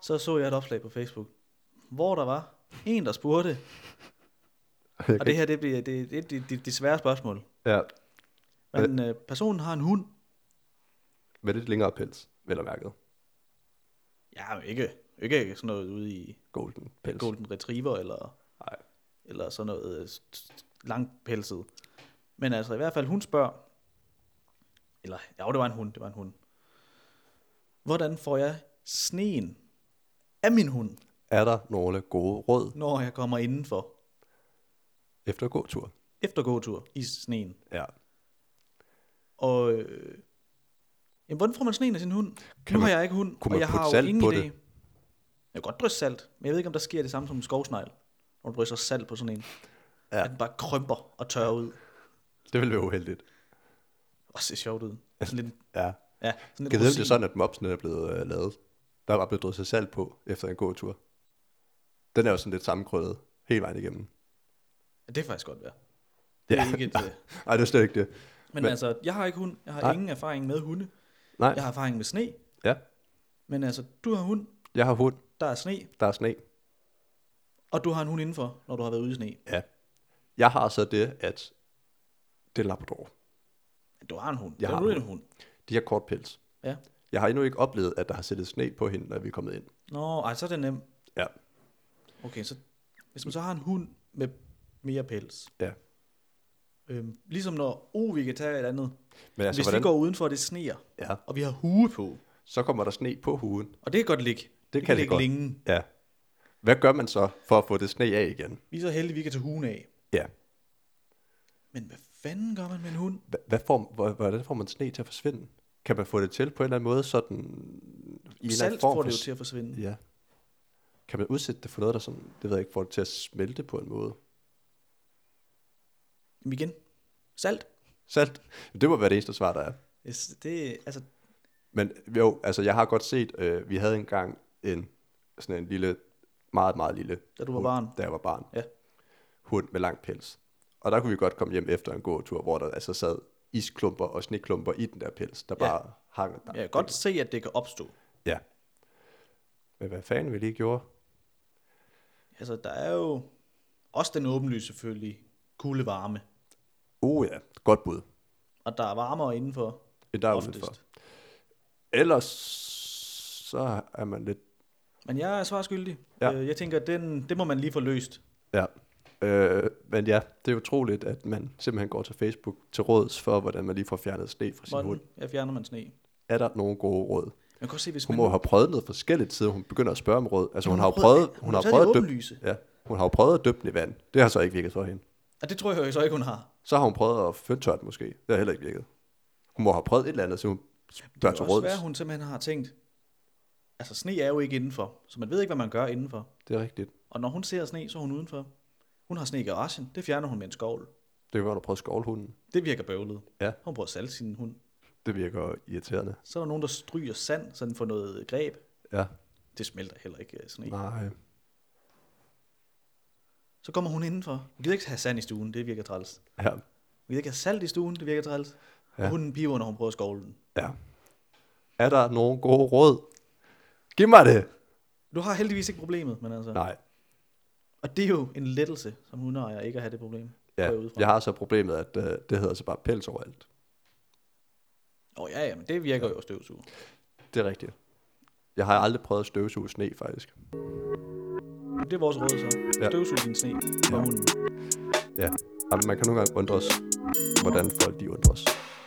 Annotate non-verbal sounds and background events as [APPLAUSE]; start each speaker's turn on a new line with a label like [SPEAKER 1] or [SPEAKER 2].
[SPEAKER 1] så så jeg et opslag på Facebook, hvor der var en, der spurgte, og det her det bliver det, det, det, det, det svære spørgsmål.
[SPEAKER 2] Ja,
[SPEAKER 1] Men øh, personen har en hund.
[SPEAKER 2] med lidt længere pels, vel og mærket.
[SPEAKER 1] Ja, men ikke, ikke sådan noget ude i
[SPEAKER 2] Golden pels.
[SPEAKER 1] Golden Retriever eller,
[SPEAKER 2] Nej.
[SPEAKER 1] eller sådan noget øh, s- s- langpelset. Men altså i hvert fald, hun spørger, eller ja, det var en hund, det var en hund. Hvordan får jeg sneen af min hund,
[SPEAKER 2] Er der nogle gode råd
[SPEAKER 1] når jeg kommer indenfor
[SPEAKER 2] efter gåtur?
[SPEAKER 1] efter gåtur i sneen?
[SPEAKER 2] Ja.
[SPEAKER 1] Og øh, jamen, hvordan får man sneen af sin hund? Kan
[SPEAKER 2] Kan
[SPEAKER 1] nu
[SPEAKER 2] man-
[SPEAKER 1] har jeg ikke hund,
[SPEAKER 2] kunne man
[SPEAKER 1] og jeg
[SPEAKER 2] putte
[SPEAKER 1] har jo
[SPEAKER 2] salt
[SPEAKER 1] ingen
[SPEAKER 2] på
[SPEAKER 1] idé.
[SPEAKER 2] det?
[SPEAKER 1] Jeg kan godt drysse salt, men jeg ved ikke, om der sker det samme som en skovsnegl, når du drysser salt på sådan en.
[SPEAKER 2] Ja.
[SPEAKER 1] Ja. At den bare krømper og tørrer ud.
[SPEAKER 2] Det ville være uheldigt.
[SPEAKER 1] Og ser sjovt ud. Sådan lidt,
[SPEAKER 2] Ja.
[SPEAKER 1] ja, sådan lidt
[SPEAKER 2] Kan jeg vide, om det
[SPEAKER 1] rosin.
[SPEAKER 2] er sådan, at mopsene er blevet øh, lavet? Der er bare blevet drysset salt på efter en god tur. Den er jo sådan lidt sammenkrødet hele vejen igennem.
[SPEAKER 1] Ja, det kan faktisk godt være. Det er ikke
[SPEAKER 2] [LAUGHS]
[SPEAKER 1] et, øh,
[SPEAKER 2] Nej, det er slet ikke det.
[SPEAKER 1] men,
[SPEAKER 2] Men-
[SPEAKER 1] altså, jeg har ikke hund. Jeg har
[SPEAKER 2] Nej.
[SPEAKER 1] ingen erfaring med hunde.
[SPEAKER 2] Nej,
[SPEAKER 1] Jeg har erfaring med sne.
[SPEAKER 2] ja.
[SPEAKER 1] Men altså, du har hund,
[SPEAKER 2] Jeg har hund,
[SPEAKER 1] der er sne,
[SPEAKER 2] der er sne.
[SPEAKER 1] og du har en hund indenfor, når du har været ude i sne.
[SPEAKER 2] Ja. Jeg har så det, at det er en labrador.
[SPEAKER 1] Du har en hund.
[SPEAKER 2] Jeg
[SPEAKER 1] Jeg
[SPEAKER 2] har
[SPEAKER 1] har
[SPEAKER 2] en
[SPEAKER 1] en hund.
[SPEAKER 2] De har kort pels.
[SPEAKER 1] Ja.
[SPEAKER 2] Jeg har endnu ikke oplevet, at der har sættet sne på hende, når vi er kommet ind.
[SPEAKER 1] Nå, ej, så er det nemt.
[SPEAKER 2] Ja.
[SPEAKER 1] Okay, så hvis man så har en hund med mere pels,
[SPEAKER 2] ja.
[SPEAKER 1] øhm, ligesom når O, vi kan tage et andet.
[SPEAKER 2] Men altså,
[SPEAKER 1] Altså, hvis
[SPEAKER 2] hvordan,
[SPEAKER 1] vi går udenfor, og det sneer,
[SPEAKER 2] ja,
[SPEAKER 1] og vi har hue på,
[SPEAKER 2] så kommer der sne på huden.
[SPEAKER 1] og det kan godt ligge. Det,
[SPEAKER 2] kan det
[SPEAKER 1] ligge
[SPEAKER 2] godt.
[SPEAKER 1] længe.
[SPEAKER 2] Ja. Hvad gør man så for at få det sne af igen?
[SPEAKER 1] Vi er så heldige, vi kan tage huen af.
[SPEAKER 2] Ja.
[SPEAKER 1] Men hvad fanden gør man med en hund?
[SPEAKER 2] Hva- Hvad får, hvor- hvordan får man sne til at forsvinde? Kan man få det til på en eller anden måde, sådan... I en eller anden
[SPEAKER 1] Salt
[SPEAKER 2] form
[SPEAKER 1] får det
[SPEAKER 2] for-
[SPEAKER 1] jo til at forsvinde.
[SPEAKER 2] Ja. Kan man udsætte det for noget, der sådan, det ved jeg ikke, får det til at smelte på en måde?
[SPEAKER 1] Jamen igen, salt.
[SPEAKER 2] Salt. Det må være det eneste svar, der er.
[SPEAKER 1] Yes, Det, altså,
[SPEAKER 2] Men jo, altså jeg har godt set, øh, vi havde engang en, sådan en lille, meget, meget lille...
[SPEAKER 1] Da du var
[SPEAKER 2] hund,
[SPEAKER 1] barn.
[SPEAKER 2] Da jeg var barn.
[SPEAKER 1] Ja.
[SPEAKER 2] Hund med lang pels. Og der kunne vi godt komme hjem efter en god tur, hvor der altså sad isklumper og sneklumper i den der pels, der
[SPEAKER 1] Ja.
[SPEAKER 2] bare hang der.
[SPEAKER 1] jeg kan godt se, at det kan opstå.
[SPEAKER 2] Ja. Men hvad fanden vi lige gjorde?
[SPEAKER 1] Altså, der er jo også den åbenlyse selvfølgelig kulde varme,
[SPEAKER 2] Oh ja, godt bud.
[SPEAKER 1] og der er varmere indenfor.
[SPEAKER 2] Det der er
[SPEAKER 1] oftest.
[SPEAKER 2] udenfor. Ellers så er man lidt...
[SPEAKER 1] Men jeg er svarskyldig.
[SPEAKER 2] Ja.
[SPEAKER 1] Ja. Jeg tænker, den, det må man lige få løst.
[SPEAKER 2] Ja. Øh, men ja, det er utroligt, at man simpelthen går til Facebook til råds for, hvordan man lige får fjernet sne fra sin hund.
[SPEAKER 1] Hvordan jeg fjerner man sne?
[SPEAKER 2] er der nogle gode råd?
[SPEAKER 1] Man kan godt se, hvis
[SPEAKER 2] Hun
[SPEAKER 1] man...
[SPEAKER 2] må have prøvet noget forskelligt, siden hun begynder at spørge om råd. Altså, hun,
[SPEAKER 1] Hun
[SPEAKER 2] har jo
[SPEAKER 1] har prøvet-
[SPEAKER 2] prøvet,
[SPEAKER 1] hun
[SPEAKER 2] hun har
[SPEAKER 1] har taget
[SPEAKER 2] prøvet
[SPEAKER 1] det
[SPEAKER 2] at dyppe,
[SPEAKER 1] åbenlyse.
[SPEAKER 2] ja, hun har jo prøvet at dyppe den i vand. Det har så ikke virket for hende.
[SPEAKER 1] Og det tror jeg jo så ikke, hun har.
[SPEAKER 2] Så har hun prøvet at føntørte måske. Det har heller ikke virket. Hun må have prøvet et eller andet, så hun
[SPEAKER 1] Det
[SPEAKER 2] spørger
[SPEAKER 1] er
[SPEAKER 2] til
[SPEAKER 1] også
[SPEAKER 2] råd.
[SPEAKER 1] svært, hun simpelthen har tænkt. Altså, sne er jo ikke indenfor, så man ved ikke, hvad man gør indenfor.
[SPEAKER 2] Det er rigtigt.
[SPEAKER 1] Og når hun ser sne, så er hun udenfor. Hun har sne i garagen, det fjerner hun med en skovl.
[SPEAKER 2] Det kan være, hun har prøvet skovlhunden.
[SPEAKER 1] Det virker bøvlet.
[SPEAKER 2] Ja.
[SPEAKER 1] Hun prøver at salte sin hund.
[SPEAKER 2] Det virker irriterende.
[SPEAKER 1] Så er der nogen, der stryger sand, så den får noget greb.
[SPEAKER 2] Ja.
[SPEAKER 1] Det smelter heller ikke øh, sne.
[SPEAKER 2] Nej.
[SPEAKER 1] Så kommer hun indenfor. Hun gider ikke have sand i stuen, det virker træls.
[SPEAKER 2] Ja.
[SPEAKER 1] Hun gider ikke have salt i stuen, det virker træls. Ja.
[SPEAKER 2] Ja.
[SPEAKER 1] Og hunden piver, når hun prøver skovlen.
[SPEAKER 2] ja. Er der nogle gode råd? Giv mig det!
[SPEAKER 1] Du har heldigvis ikke problemet, men altså...
[SPEAKER 2] Nej.
[SPEAKER 1] Og det er jo en lettelse, som hundeejer, ikke at have det problem.
[SPEAKER 2] Ja.
[SPEAKER 1] går jeg ud fra.
[SPEAKER 2] Jeg har så problemet, at øh, det hedder så bare pels overalt.
[SPEAKER 1] Åh oh, ja, ja, men det virker jo at støvsuge.
[SPEAKER 2] Det er rigtigt. Jeg har aldrig prøvet at støvsuge sne, faktisk.
[SPEAKER 1] Det er vores råd så.
[SPEAKER 2] Ja.
[SPEAKER 1] Støvsuge din sne fra
[SPEAKER 2] Ja.
[SPEAKER 1] hunden.
[SPEAKER 2] Ja, Jamen, man kan nogle gange undres, hvordan folk de undres.